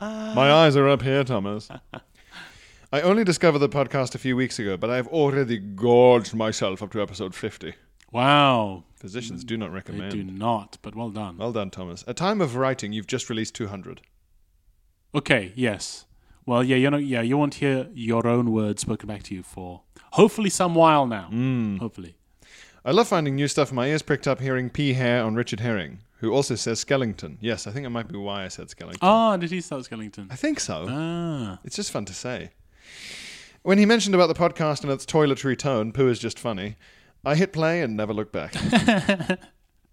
B: my eyes are up here, Thomas. I only discovered the podcast a few weeks ago, but I've already gorged myself up to episode 50.
C: Wow.
B: Physicians do not
C: Mm, They
B: recommend.
C: do not, but well done.
B: Well done, Thomas. At time of writing, you've just released 200.
C: Okay, yes. Well, yeah, you know, yeah, you won't hear your own words spoken back to you for hopefully some while now.
B: Hmm.
C: Hopefully.
B: I love finding new stuff. My ears pricked up hearing P hair on Richard Herring, who also says Skellington. Yes, I think it might be why I said Skellington.
C: Ah, did he start Skellington?
B: I think so.
C: Ah, [LAUGHS]
B: It's just fun to say. When he mentioned about the podcast and its toiletry tone, poo is just funny. I hit play and never looked back.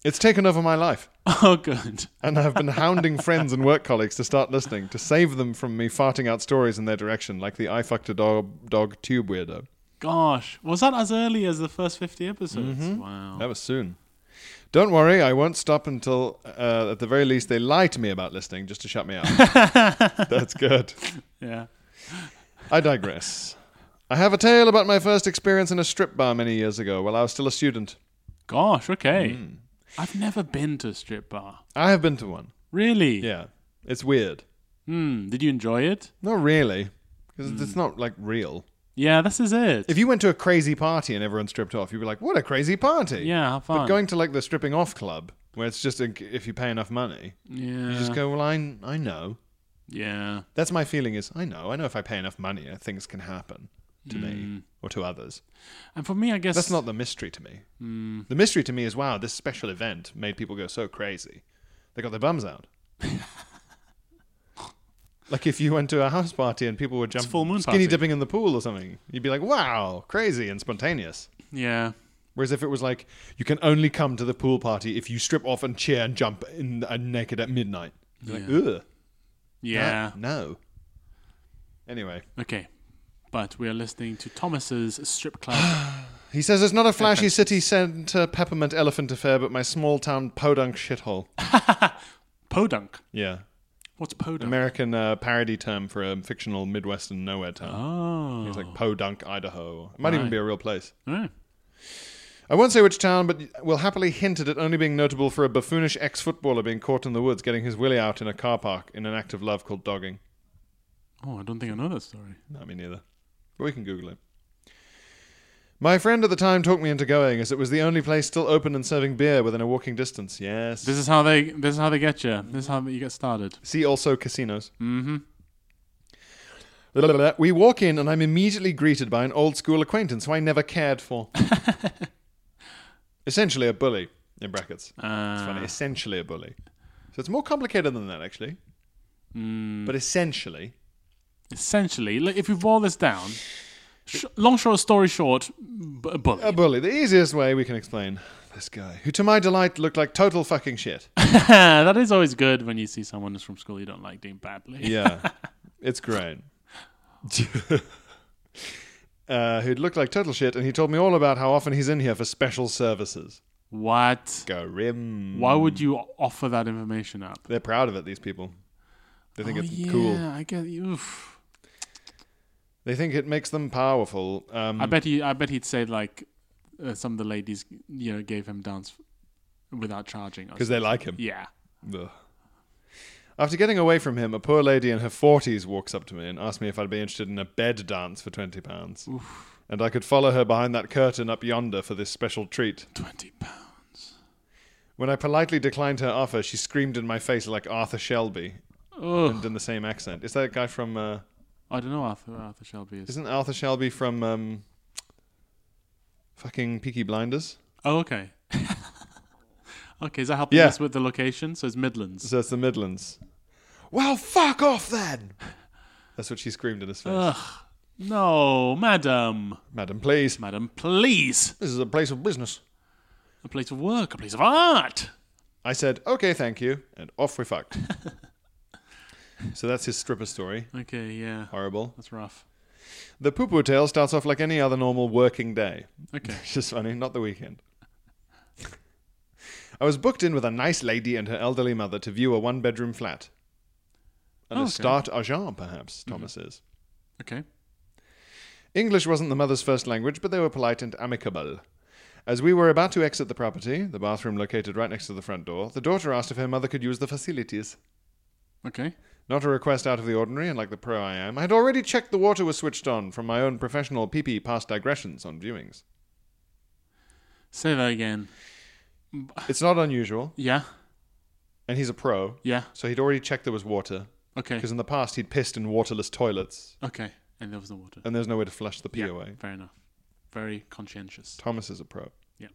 B: it's taken over my life,
C: oh, good.
B: and I've been hounding friends and work colleagues to start listening to save them from me farting out stories in their direction, like the I fucked a dog, dog tube weirdo.
C: Gosh, was that as early as the first fifty episodes?
B: Mm-hmm.
C: Wow.
B: That was soon. Don't worry, I won't stop until, uh, at the very least, they lie to me about listening just to shut
C: [LAUGHS]
B: me up. That's good.
C: Yeah.
B: I digress. I have a tale about my first experience in a strip bar many years ago while I was still a student.
C: Gosh. Okay.
B: Hmm.
C: I've never been to a strip bar.
B: I have been to one.
C: Really?
B: Yeah. It's weird.
C: Hmm. Did you enjoy it?
B: Not really, because
C: Hmm.
B: it's not like real.
C: Yeah. This is it.
B: If you went to a crazy party and everyone stripped off, you'd be like, what a crazy party.
C: yeah. Have fun.
B: But going to like the stripping off club, where it's just like, if you pay enough money,
C: yeah.
B: you just go, well, I, I know.
C: yeah.
B: That's my feeling is I know, I know if I pay enough money, uh, things can happen to
C: Hmm.
B: me or to others.
C: And for me, I guess
B: That's not the mystery to me.
C: Hmm.
B: The mystery to me is wow, this special event made people go so crazy. They got their bums
C: [LAUGHS]
B: out. like if you went to a house party and people were jumping
C: full moon
B: skinny
C: party.
B: dipping in the pool or something, you'd be like, wow, crazy and spontaneous.
C: Yeah.
B: Whereas if it was like, you can only come to the pool party if you strip off and cheer and jump in, uh, naked at midnight. You're like, ugh.
C: Yeah.
B: No. Anyway.
C: Okay. But we are listening to Thomas's strip club.
B: [GASPS] He says it's not a flashy city centre peppermint elephant affair, but my small town podunk shithole.
C: Podunk.
B: Yeah.
C: What's podunk?
B: American uh, parody term for a fictional Midwestern nowhere town.
C: oh.
B: It's like Podunk, Idaho. It might even be a real place.
C: Oh.
B: I won't say which town, but will happily hint at it only being notable for a buffoonish ex footballer being caught in the woods getting his willy out in a car park in an act of love called dogging.
C: Oh, I don't think I know that story.
B: No, me neither. But we can Google it. My friend at the time talked me into going, as it was the only place still open and serving beer within a walking distance. Yes.
C: This is how they. This is how they get you. This is how you get started.
B: See also casinos. Mm-hmm. We walk in, and I'm immediately greeted by an old school acquaintance who I never cared for. Essentially a bully, in brackets.
C: Uh,
B: It's funny. Essentially a bully. So it's more complicated than that, actually. But essentially,
C: essentially, like, if you boil this down, sh- long short story short, b- a bully.
B: a bully. The easiest way we can explain this guy, who to my delight looked like total fucking shit.
C: [LAUGHS] that is always good when you see someone who's from school you don't like doing badly.
B: Yeah, it's great. [LAUGHS] uh, who'd looked like total shit, and he told me all about how often he's in here for special services.
C: What?
B: Go rim.
C: Why would you offer that information up?
B: They're proud of it. These people. They think
C: Oh,
B: it's
C: yeah,
B: cool.
C: I get oof.
B: They think it makes them powerful. Um,
C: I bet he. I bet he'd say like uh, some of the ladies, you know, gave him dance without charging. or
B: because they like him.
C: something. Yeah.
B: Ugh. After getting away from him, a poor lady in her 40s walks up to me and asks me if I'd be interested in a bed dance for £20. And I could follow her behind that curtain up yonder for this special treat.
C: Twenty pounds.
B: When I politely declined her offer, she screamed in my face like Arthur Shelby
C: Ugh.
B: and in the same accent. Is that guy from. Uh,
C: I don't know Arthur. Arthur Shelby is.
B: isn't Arthur Shelby from. Um, fucking Peaky Blinders?
C: Oh, okay. [LAUGHS] okay, is that helping
B: Yeah.
C: us with the location? So it's Midlands.
B: So it's the Midlands. Well, fuck off then! That's what she screamed in his face.
C: No, madam.
B: Madam, please.
C: Madam, please.
B: This is a place of business.
C: A place of work, a place of art.
B: I said, okay, thank you, and off we [LAUGHS] fucked. so that's his stripper story.
C: Okay, yeah.
B: Horrible.
C: That's rough.
B: The poo poo tale starts off like any other normal working day.
C: Okay.
B: It's [LAUGHS] just funny, not the weekend. I was booked in with a nice lady and her elderly mother to view a one bedroom flat. An
C: Okay.
B: estate agent, perhaps, Thomas says.
C: Okay.
B: English wasn't the mother's first language, but they were polite and amicable. As we were about to exit the property, the bathroom located right next to the front door, the daughter asked if her mother could use the facilities.
C: Okay.
B: Not a request out of the ordinary, and like the pro I am, I had already checked the water was switched on from my own professional PP past digressions on viewings.
C: Say that again.
B: It's not unusual,
C: Yeah.
B: and he's a pro,
C: Yeah.
B: so he'd already checked there was water,
C: Okay.
B: because in the past he'd pissed in waterless toilets,
C: Okay. And there was no water.
B: and there's no way to flush the pee
C: Yeah,
B: away.
C: Fair enough. Very conscientious.
B: Thomas is a pro.
C: Yeah.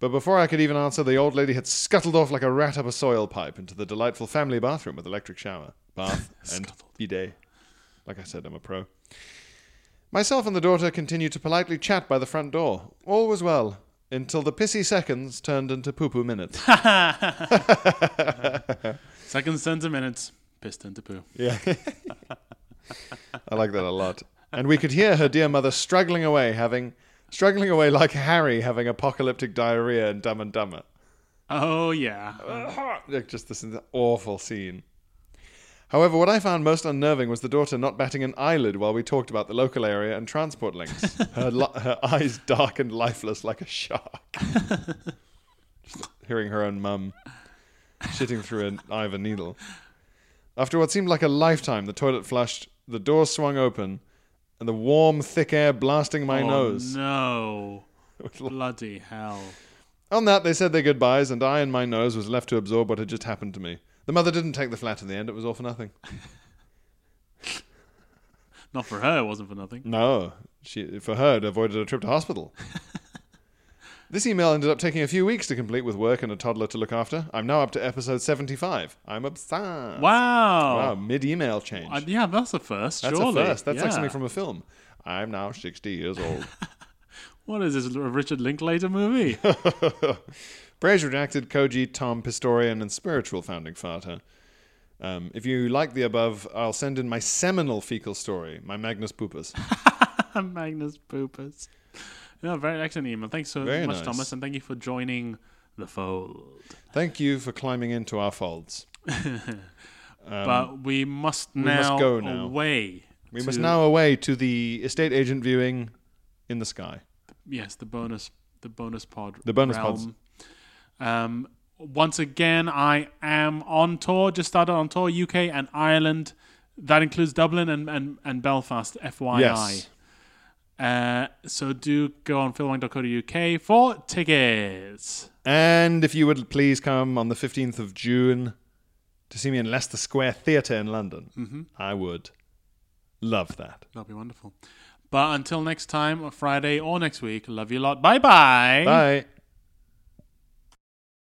B: But before I could even answer, the old lady had scuttled off like a rat up a soil pipe into the delightful family bathroom with electric shower,
C: [LAUGHS]
B: bath, and
C: Scuttled.
B: bidet. Like I said, I'm a pro. Myself and the daughter continued to politely chat by the front door. All was well until the pissy seconds turned into poo poo minutes.
C: Seconds turn to minutes. Pissed into poo.
B: yeah. I like that a lot. And we could hear her dear mother struggling away, having struggling away like Harry having apocalyptic diarrhea in Dumb and Dumber.
C: Oh, yeah.
B: like just this awful scene. However, what I found most unnerving was the daughter not batting an eyelid while we talked about the local area and transport links. Her, li- her eyes dark and lifeless like a shark. Just hearing her own mum shitting through an eye of a needle. After what seemed like a lifetime, the toilet flushed, the door swung open, and the warm, thick air blasting my
C: oh,
B: nose. [LAUGHS]
C: No. Bloody hell.
B: On that, they said their goodbyes, and I and my nose was left to absorb what had just happened to me. The mother didn't take the flat in the end, it was all for nothing.
C: Not for her. It wasn't for nothing.
B: No, she, for her, it avoided a trip to hospital. this email ended up taking a few weeks to complete with work and a toddler to look after. I'm now up to episode 75. I'm obsessed. Wow,
C: Wow.
B: mid email change.
C: Uh, yeah, that's a first.
B: That's
C: surely.
B: a first. That's like
C: Yeah.
B: something from a film. I'm now 60 years old.
C: What is this, a Richard
B: [LAUGHS]
C: Linklater movie? [LAUGHS]
B: Brazier acted Koji, Tom, Pistorian, and spiritual founding father. Um, if you like the above, I'll send in my seminal fecal story, my Magnus Pupus.
C: Magnus Poopers. No, very excellent email. Thanks so
B: Very
C: much,
B: nice.
C: Thomas, and thank you for joining the fold.
B: Thank you for climbing into our folds.
C: but we must now
B: Um, must go now.
C: away.
B: We
C: to-
B: must now away to the estate agent viewing in the sky.
C: yes the bonus the bonus pod
B: The bonus
C: realm. Um, once again, I am on tour. Just started on tour UK and Ireland. That includes Dublin and and, and Belfast. FYI.
B: Yes.
C: Uh, so do go on filmwang.co.uk for tickets.
B: And if you would please come on the 15th of June to see me in Leicester Square Theatre in London, I would love that.
C: That'll be wonderful. But until next time, or Friday or next week, love you a lot. Bye bye.
B: Bye.